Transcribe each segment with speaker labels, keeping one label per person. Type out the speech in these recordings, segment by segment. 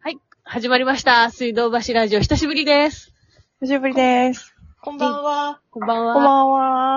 Speaker 1: はい。始まりました。水道橋ラジオ、久しぶりです。
Speaker 2: 久しぶりです。
Speaker 3: こんばんは。
Speaker 1: こんばん
Speaker 2: こ
Speaker 1: は。
Speaker 2: んばん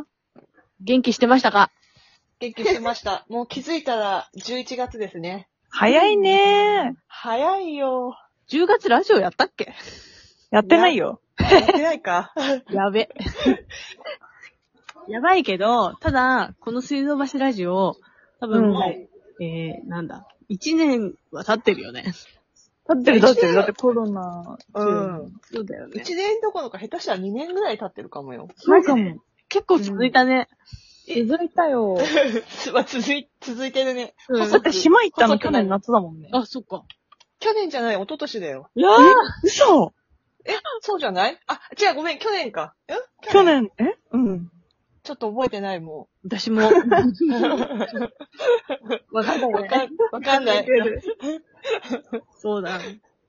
Speaker 2: は。
Speaker 1: 元気してましたか
Speaker 3: 元気してました。 もう気づいたら11月ですね。
Speaker 2: 早いね
Speaker 3: 早いよ。
Speaker 1: ?10 月ラジオやったっけ
Speaker 2: やってないよ。
Speaker 3: やってないか
Speaker 1: やべ。 やばいけど、ただ、この水道橋ラジオ、多分もう、
Speaker 3: はい
Speaker 1: えー、なんだ、1年は経ってるよね。
Speaker 2: 立ってる立ってる。だってコロナ。
Speaker 3: うん。
Speaker 1: そうだよね。
Speaker 3: 1年どころか下手したら2年ぐらい経ってるかもよ。
Speaker 2: そうかも。
Speaker 1: 結構続いたね。
Speaker 2: 続いたよ。
Speaker 3: まあ、続い、続いてるね。
Speaker 1: うん
Speaker 2: だって島行ったの
Speaker 3: 細く
Speaker 2: 去年夏だもんね。
Speaker 1: あ、そっか。
Speaker 3: 去年じゃない、一昨年だよ。
Speaker 1: いや
Speaker 2: え嘘
Speaker 3: そうじゃないあ、違う、ごめん、去年か。ん
Speaker 2: 去年、えうん。
Speaker 3: ちょっと覚えてない、も
Speaker 1: 私 も。わかんな
Speaker 3: う。
Speaker 1: い
Speaker 3: わ
Speaker 1: ね。
Speaker 3: かん、わかん ない。
Speaker 1: そうだ。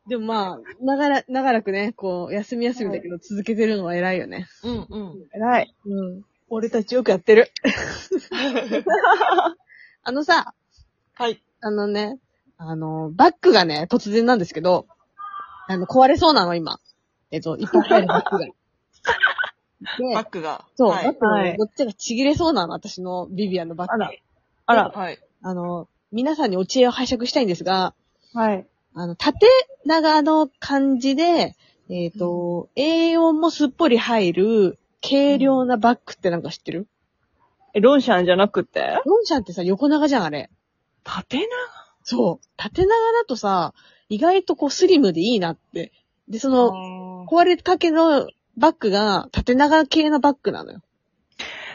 Speaker 1: でもまあ、長ら、長らくね、こう、休み休みだけど続けてるのは偉いよね。
Speaker 3: うん、うん。
Speaker 2: 偉い。
Speaker 1: うん。俺たちよくやってる。あのさ、
Speaker 3: はい。
Speaker 1: あのね、あの、バッグがね、突然なんですけど、あの、壊れそうなの、今。えっと、いっぱい入るバッグが。で、
Speaker 3: バッグが。
Speaker 1: そう、
Speaker 3: は
Speaker 1: バッ
Speaker 3: い。
Speaker 1: グが
Speaker 2: は
Speaker 1: ね
Speaker 2: い
Speaker 1: どっちがちぎれそうなの、私のビビアンのバッグ。
Speaker 2: あら。あら。
Speaker 3: はい。
Speaker 1: あの、皆さんにお知恵を拝借したいんですが、
Speaker 2: はい。
Speaker 1: あの、縦長の感じで、えっ、と、A4 もすっぽり入る、軽量なバッグってなんか知ってる
Speaker 2: え、ロンシャンじゃなくて
Speaker 1: ロンシャンってさ、横長じゃん、あれ。
Speaker 2: 縦長
Speaker 1: そう。縦長だとさ、意外とこうスリムでいいなって。で、その、
Speaker 3: あ
Speaker 1: 壊れかけのバッグが縦長系なバッグなのよ。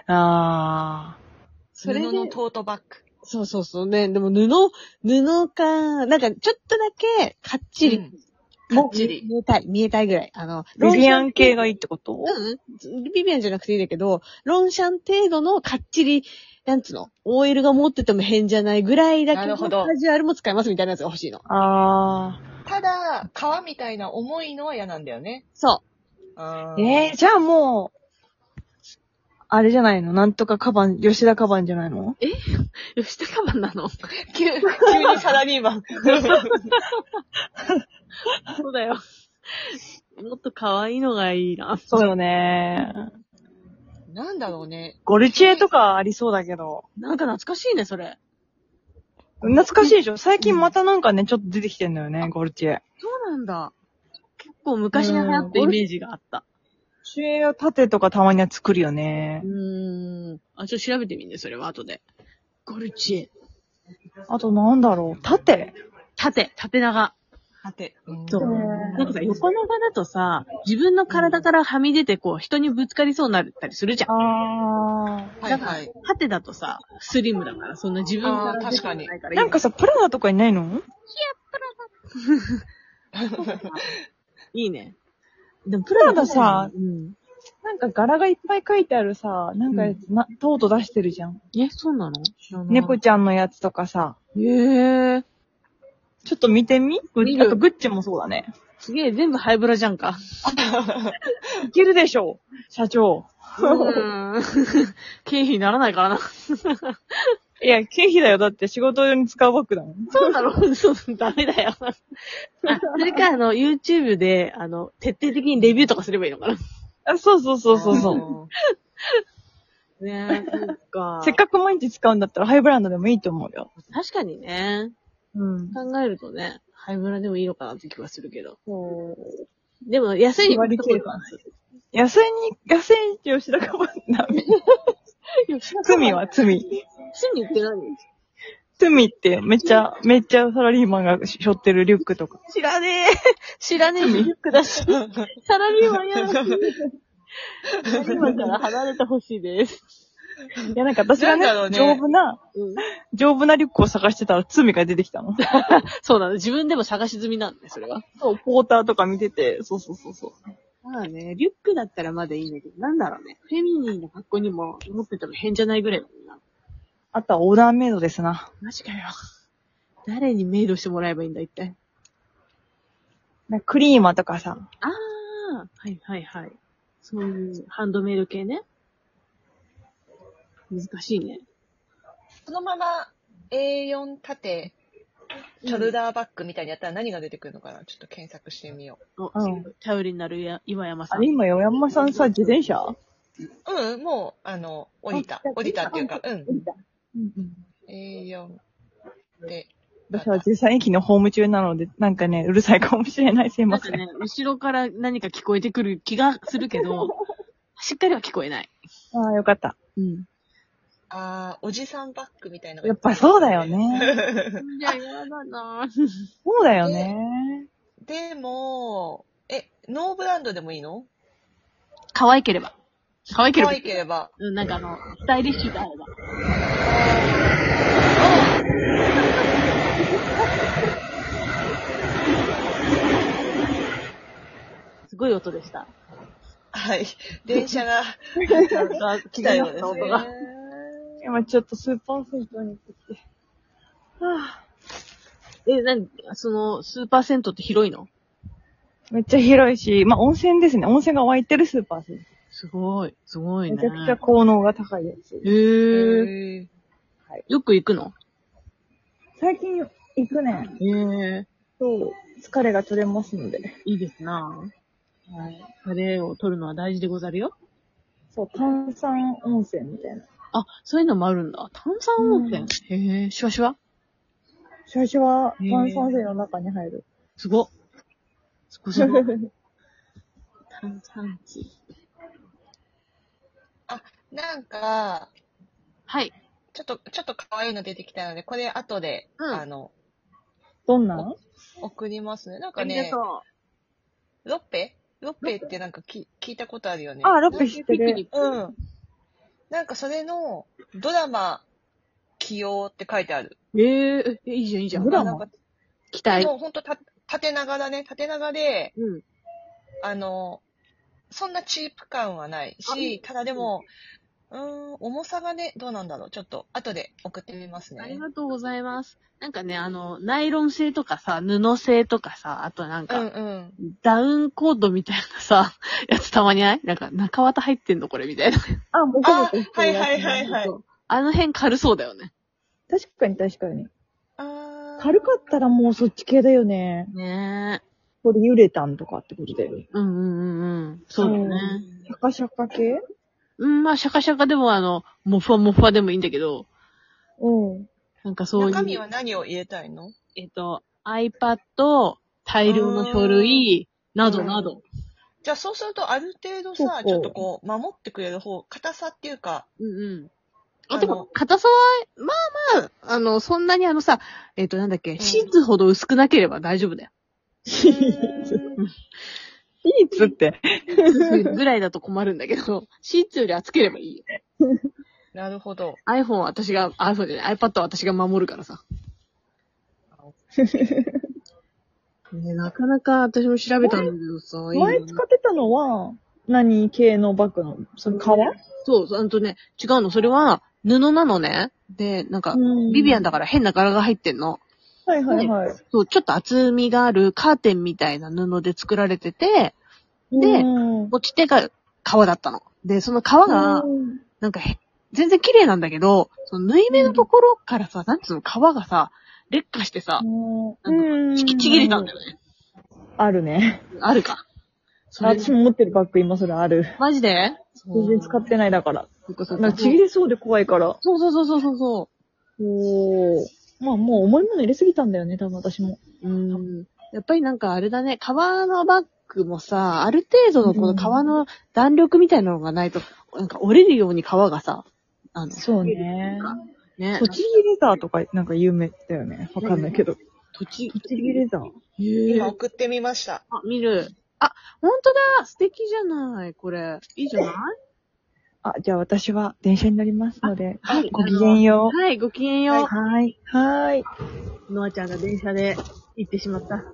Speaker 2: あ
Speaker 1: それで
Speaker 3: 布のトートバッグ。
Speaker 1: そうそうそうね。でも布、布か、なんかちょっとだけ、かっちり、
Speaker 3: うんかっちり
Speaker 1: 見えたい、見えたいぐらい。あの、
Speaker 2: ー。ビビアン系
Speaker 1: が
Speaker 2: がいいってこと
Speaker 1: うん、ビビアンじゃなくていいんだけど、ロンシャン程度のかっちり、なんつうの、OL が持ってても変じゃないぐらいだけ
Speaker 3: な
Speaker 1: ど、
Speaker 3: るほど
Speaker 1: カジュアルも使えますみたいなやつが欲しいの。
Speaker 2: あ
Speaker 3: ただ、皮みたいな重いのは嫌なんだよね。
Speaker 1: そ
Speaker 3: あ
Speaker 2: あ。
Speaker 3: ー
Speaker 2: えー、じゃあもう、あれじゃないのなんとかカバン、吉田カバンじゃないの
Speaker 1: う。吉田カバンなの
Speaker 3: 急、急にサラリーマン。
Speaker 1: そうだよ。もっと可愛いのがいいな。
Speaker 2: そうよね
Speaker 3: なんだろうね。
Speaker 2: ゴルチエとかありそうだけど。
Speaker 1: なんか懐かしいね、それ。
Speaker 2: 懐かしいでしょ最近またなんかね、ちょっと出てきてんだよね、ゴルチエ。
Speaker 1: そうなんだ。結構昔に流行ったイメージがあった。
Speaker 2: シュエを縦とかたまには作るよね
Speaker 1: う。ーん。あ、ちょっと調べてみんね、それは後で。ゴルチエ。
Speaker 2: あとなんだろう縦
Speaker 1: 縦、縦長。
Speaker 3: はて。
Speaker 1: そうう。
Speaker 2: ん
Speaker 1: なんかさ、横長だとさ、自分の体からはみ出て、こう、人にぶつかりそうになったりするじゃん。
Speaker 2: あ
Speaker 3: はいはい。
Speaker 1: 縦だとさ、スリムだから、そんな自分か
Speaker 3: あー
Speaker 1: ら出
Speaker 3: 確
Speaker 1: てこ
Speaker 3: か
Speaker 1: ない
Speaker 3: に
Speaker 1: からい
Speaker 2: ー。
Speaker 1: いよ
Speaker 2: なんかさ、プラダとかいないの
Speaker 1: いいね。でも、プ
Speaker 2: ラダさ
Speaker 1: うん。
Speaker 2: なんか柄がいっぱい書いてあるさ、なんかやつ、な、とうとう出してるじゃん。
Speaker 1: え、そうなの知らない。
Speaker 2: 猫ちゃんのやつとかさ、
Speaker 1: へえ。
Speaker 2: ちょっと見てみグ
Speaker 1: 見
Speaker 2: ッ
Speaker 1: る
Speaker 2: あとグッチもそうだね。
Speaker 1: すげえ、全部ハイブラじゃんか。
Speaker 2: いけるでしょう社長。
Speaker 1: うん。経費にならないからな。
Speaker 2: いや、経費だよ。だって仕事用に使うバッグだもん。
Speaker 1: そうだろそう、ダメだよ。あそれか、あの、YouTube で、あの、徹底的にレビューとかすればいいのかな。
Speaker 2: あ、そうそうそうそうそう。
Speaker 3: そ
Speaker 1: ねえ、そっか
Speaker 2: せっかく毎日使うんだったらハイブランドでもいいと思うよ。
Speaker 1: 確かにね。
Speaker 2: うん。
Speaker 1: 考えるとね、ハイブラでもいいのかなって気がするけど。
Speaker 2: そう。
Speaker 1: でも、安いに
Speaker 2: 割り切る感野生に、野生に吉田かばんな。罪は罪。
Speaker 1: 罪って何
Speaker 2: 罪ってめっちゃ、めっちゃサラリーマンが背負ってるリュックとか。
Speaker 1: 知らねえ。知らねえミルクだし。 サラリーマンやだし。サラリーマンから離れてほしいです。
Speaker 2: いや、なんか私がね
Speaker 3: なんだろう、ね
Speaker 2: 丈夫な、
Speaker 1: うん、
Speaker 2: 丈夫なリュックを探してたら罪が出てきたの。
Speaker 1: そうなの。自分でも探し済みなんで、それは。
Speaker 2: そう、ポーターとか見てて、そうそうそうそう。
Speaker 1: まあね、リュックだったらまだいいんだけど、なんだろうね。フェミニンな格好にも持ってても変じゃないぐらいだもんな。
Speaker 2: あとはオーダーメイドですな。
Speaker 1: マジかよ。誰にメイドしてもらえばいいんだ、一体。
Speaker 2: なんかクリーマーとかさ、
Speaker 1: ああ、はいはいはい。そういうハンドメイド系ね。難しいね。
Speaker 3: のまま A4 縦、ショルダーバッグみたいにやったら何が出てくるのかなちょっと検索してみよ
Speaker 1: お
Speaker 2: うん
Speaker 1: 頼りになるや岩山さ
Speaker 2: あ
Speaker 1: ん
Speaker 2: れ。今、山山さんさ、自転車
Speaker 3: う。うん、もう、あの、降りた
Speaker 2: あじゃ。あ
Speaker 3: 降りたっていうか、うん。
Speaker 2: うんうん。
Speaker 3: A4 で、
Speaker 2: 私は実際駅のホーム中なので、なんかね、うるさいかもしれない。すい
Speaker 1: な
Speaker 2: ま
Speaker 1: んか
Speaker 2: せん。
Speaker 1: ね、後ろから何か聞こえてくる気がするけ ど、しっかりは聞こえない。
Speaker 2: ああ、よかった。
Speaker 1: うん。
Speaker 3: あー、おじさんバッグみたいなのが
Speaker 2: やっぱそうだよ。 ね。
Speaker 1: じゃあ嫌だな
Speaker 2: そうだよね。
Speaker 3: でも、え、ノーブランドでもいいの
Speaker 1: 可愛ければ。可愛けれ
Speaker 3: 可
Speaker 1: ば
Speaker 3: 愛。ければ。
Speaker 1: うん、なんかあの、スタイリッシュであれば。すごい音でした。
Speaker 3: はい。電車が来
Speaker 1: 来
Speaker 3: た
Speaker 1: た
Speaker 3: よう
Speaker 1: よね、
Speaker 3: で すね
Speaker 1: 音 が。。
Speaker 2: 今ちょっとスーパー銭湯に行ってきて。はあ、
Speaker 1: え、なん、その、スーパー銭湯って広いの
Speaker 2: めっちゃ広いし、まあ温泉ですね。温泉が湧いてるスーパー銭
Speaker 1: すごい、すごい
Speaker 2: 湯。
Speaker 1: ね。
Speaker 2: めちゃくちゃ効能が高いやつ。
Speaker 1: へー。
Speaker 3: へー
Speaker 1: よく行くの
Speaker 2: 最近よ行くね。
Speaker 1: へー。
Speaker 2: そう。疲れが取れますので。
Speaker 1: いいですなはい。疲れを取るのは大事でござるよ。
Speaker 2: そう、炭酸温泉みたいな。
Speaker 1: あ、そういうのもあるんだ。炭酸温泉。へえ、シュワシュワ
Speaker 2: 最初は
Speaker 1: へー
Speaker 2: 炭酸泉の中に入 る。
Speaker 1: すごっ。すごすごっ。 炭酸地。
Speaker 3: なんか、
Speaker 1: はい。
Speaker 3: ちょっと、ちょっと可愛いの出てきたので、これ後で、
Speaker 1: うん
Speaker 3: あの、
Speaker 2: どんなん
Speaker 3: 送りますね。なん
Speaker 1: あ
Speaker 3: か
Speaker 1: りが
Speaker 3: ね
Speaker 1: と、う。
Speaker 3: ロッペロッペってなんかき聞いたことあるよね。
Speaker 2: あ、ロッペ知って
Speaker 1: ピク
Speaker 2: る。
Speaker 1: ニック
Speaker 3: うん。なんかそれの、ドラマ、起用って書いてある。
Speaker 1: えーえ、いいじゃん、いいじゃん。
Speaker 2: ドラマ
Speaker 3: なんか
Speaker 1: 期待。
Speaker 3: もうほんとた、縦長だね。縦長で、
Speaker 1: うん。
Speaker 3: あの、そんなチープ感はないし、ただでも、うーん、重さがね、どうなんだろう。ちょっと、後で送ってみます
Speaker 1: あり
Speaker 3: ね。
Speaker 1: がとうございます。なんかね、あの、ナイロン製とかさ、布製とかさ、あとなん
Speaker 3: うん
Speaker 1: か、
Speaker 3: うん。
Speaker 1: ダウンコートみたいなさ、やつたまにないなんか、中綿入ってんのこれみたいな。
Speaker 2: あ、もこも
Speaker 3: あ、
Speaker 2: こして
Speaker 3: は
Speaker 2: る
Speaker 3: い
Speaker 2: やつ
Speaker 3: はいはいはい。
Speaker 1: あの辺軽そうだよね。
Speaker 2: 確かに確かに。
Speaker 3: あー
Speaker 2: 軽かったらもうそっち系だよね。
Speaker 1: ねえ。
Speaker 2: これユレタンとかってことだよね。
Speaker 1: うんうんうんうん。そうだね。
Speaker 2: シャカシャカ系
Speaker 1: うん、まあ、シャカシャカでもあの、モファモファでもいいんだけど、
Speaker 2: うん。
Speaker 1: なんかそういう。
Speaker 3: 中身は何を入れたいの
Speaker 1: えっと、iPad、大量の書類、などなど。
Speaker 3: じゃあそうするとある程度
Speaker 2: そ
Speaker 3: さ
Speaker 2: う、そう
Speaker 3: ちょっとこう、守ってくれる方、硬さっていうか、
Speaker 1: うんうん。
Speaker 3: あ
Speaker 1: あ、
Speaker 3: の
Speaker 1: でも、硬さは、まあまあ、あの、そんなにあのさ、えっ、と、なんだっけ、
Speaker 3: ん
Speaker 1: シーツほど薄くなければ大丈夫だよ。
Speaker 2: シ
Speaker 3: う
Speaker 2: ーツ。
Speaker 3: ーん
Speaker 2: シーツ って。
Speaker 1: ぐらいだと困るんだけど、シーツより厚ければいいよ。
Speaker 3: なるほど。
Speaker 1: iPhone は私が、iPhone じゃない iPad は私が守るからさ。ね、なかなか私も調べたんだけどさ、いいよ
Speaker 2: 前使ってたのは、何系のバッグのその革
Speaker 1: そう、そうあんとね、違うの、それは布なのね。で、なんか、
Speaker 2: うん
Speaker 1: ビビアンだから変な柄が入ってんの。
Speaker 2: はいはいはい。
Speaker 1: そう、ちょっと厚みがあるカーテンみたいな布で作られてて、で
Speaker 2: うん、
Speaker 1: 持ち手が革だったの。で、その革が
Speaker 2: う、ん
Speaker 1: なんかへ、全然綺麗なんだけど、その縫い目のところからさ、なんつうの、革がさ、劣化してさ、
Speaker 2: うん
Speaker 1: ちぎちぎれたんだよね。
Speaker 2: あるね。
Speaker 1: あるか。それ、
Speaker 2: 私も持ってるバッグ今それある。
Speaker 1: マジで
Speaker 2: 全然使ってないだから。
Speaker 1: そうかそう
Speaker 2: な
Speaker 1: か
Speaker 2: んかちぎれそうで怖いから。
Speaker 1: そうそうそうそうそうそ
Speaker 2: おー。まあもう重いもの入れすぎたんだよね、多分私も。
Speaker 1: う。うん。やっぱりなんかあれだね、革のバッグもさ、ある程度のこの革の弾力みたいなのがないと、なんか折れるように革がさ、あの、
Speaker 2: そうね。
Speaker 1: ね、
Speaker 2: 土地ギレザーとかなんか有名だよね。わかんないけど。
Speaker 1: 土地。
Speaker 2: 土地ギレザー
Speaker 1: へ
Speaker 3: 今
Speaker 1: ー
Speaker 3: 送ってみました。
Speaker 1: あ、見る。あ、ほんとだ素敵じゃないこれ。いいじゃない
Speaker 2: あ、じゃあ私は電車に乗りますので、
Speaker 1: はい
Speaker 2: ごきげんよう。
Speaker 1: はい、ごきげんよ
Speaker 2: はい。はい。
Speaker 1: う。ノアちゃんが電車で行ってしまった。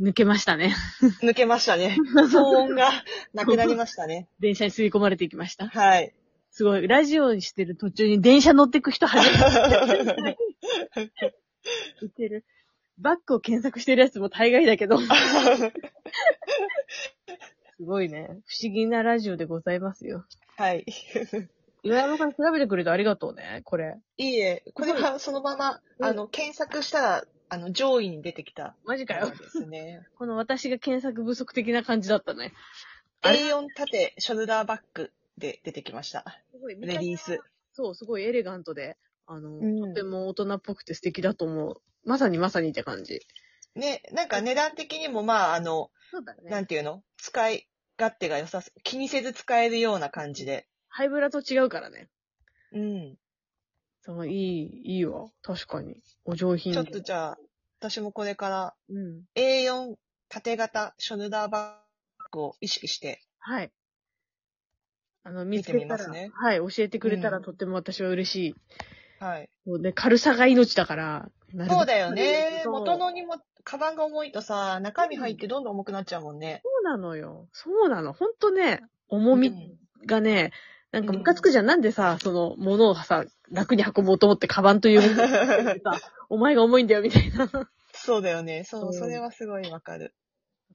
Speaker 1: 抜けましたね。
Speaker 3: 抜けましたね。騒音がなくなりましたね。
Speaker 1: 電車に吸い込まれていきました。
Speaker 3: はい。
Speaker 1: すごい。ラジオしてる途中に電車乗ってく人初め て。言ってる。バッグを検索してるやつも大概だけど。すごいね。不思議なラジオでございますよ。
Speaker 3: はい。
Speaker 2: 岩山から調べてくれてありがとうね、これ。
Speaker 3: いいえ、これはそのまま、あの、検索したら、あの、上位に出てきた
Speaker 2: マジか
Speaker 3: もの
Speaker 2: よ。
Speaker 3: ですね。
Speaker 1: この私が検索不足的な感じだったね。あれ
Speaker 3: A4 縦ショルダーバッグで出てきました。
Speaker 1: すごい、
Speaker 3: レディース。
Speaker 1: そう、すごいエレガントで、あの、
Speaker 3: うん
Speaker 1: とても大人っぽくて素敵だと思う。まさにまさにって感じ。
Speaker 3: ね、なんか値段的にも、まあ、あの、
Speaker 1: そうだ
Speaker 3: な。んていうの使い勝手が良さそう。気にせず使えるような感じで。
Speaker 1: ハイブラと違うからね。
Speaker 3: うん。
Speaker 1: そう、いい、いいわ。確かに。お上品
Speaker 3: ち
Speaker 1: で。
Speaker 3: ょっとじゃあ、私もこれから
Speaker 1: うん。
Speaker 3: A4 縦型ショルダーバッグを意識して。
Speaker 1: はい。あの、見
Speaker 3: 見
Speaker 1: つ
Speaker 3: て
Speaker 1: け
Speaker 3: み
Speaker 1: た
Speaker 3: ます
Speaker 1: ら、
Speaker 3: ね
Speaker 1: はい、教えてくれたら、
Speaker 3: うん
Speaker 1: とっても私は嬉しい。
Speaker 3: はい。
Speaker 1: もうね、軽さが命だから。なるべく
Speaker 3: そうだよね。
Speaker 1: そう
Speaker 3: 元のにも、カバンが重いとさ、中身入ってどんどん重くなっちゃうもんね。
Speaker 1: そうなのよ。そうなの。ほんとね、重み
Speaker 3: うん
Speaker 1: がね、なんかムカつくじゃん。なんでさ、その、物をさ、楽に運ぼうと思って、カバンというも のを持ってさ、お前が重いんだよ、みたいな。だ
Speaker 3: そうだよね。そうう、
Speaker 1: ん
Speaker 3: それはすごいわかる。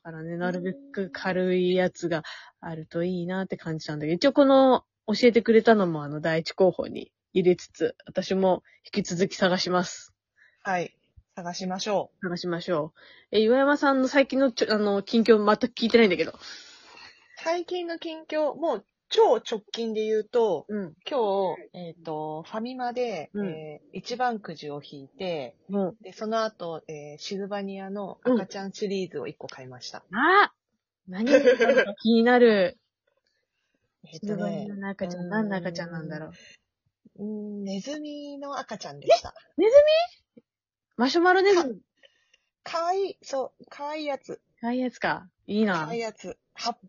Speaker 1: からね、なるべく軽いやつがあるといいなって感じなんだけど、一応この、教えてくれたのも、あの、第一候補に入れつつ、私も引き続き探します。
Speaker 3: はい。探しましょ
Speaker 1: 探しましょう。え、岩山さんの最近のちょ、あの、近況全く聞いてないんだけど。
Speaker 3: う。最近の近況、もう超直近で言うと、
Speaker 1: うん。
Speaker 3: 今日、えっ、と、ファミマで、
Speaker 1: うん
Speaker 3: えー一番くじを引いて、
Speaker 1: も
Speaker 3: で、その後、えーシルバニアの赤ちゃんシリーズを一個買いました。
Speaker 1: う、あ何が気になる。
Speaker 3: えっ、
Speaker 1: シル
Speaker 3: と
Speaker 1: バニ
Speaker 3: ね
Speaker 1: ア、の赤ちゃん、何の赤ちゃんなんだろう。
Speaker 3: うーんネズミの赤ちゃんでした。
Speaker 1: マシュマロネズミ。
Speaker 3: かわいい、そう、かわいいやつ。
Speaker 1: ああいうやつか。いい
Speaker 3: か
Speaker 1: な
Speaker 3: わい。いやつ。葉っ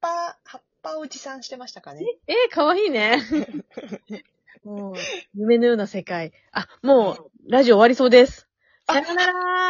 Speaker 3: ぱ、葉っぱを持参してましたかね。
Speaker 1: えー、かわいいね。もう、夢のような世界。あ、もう、ラジオ終わりそうです。さよなら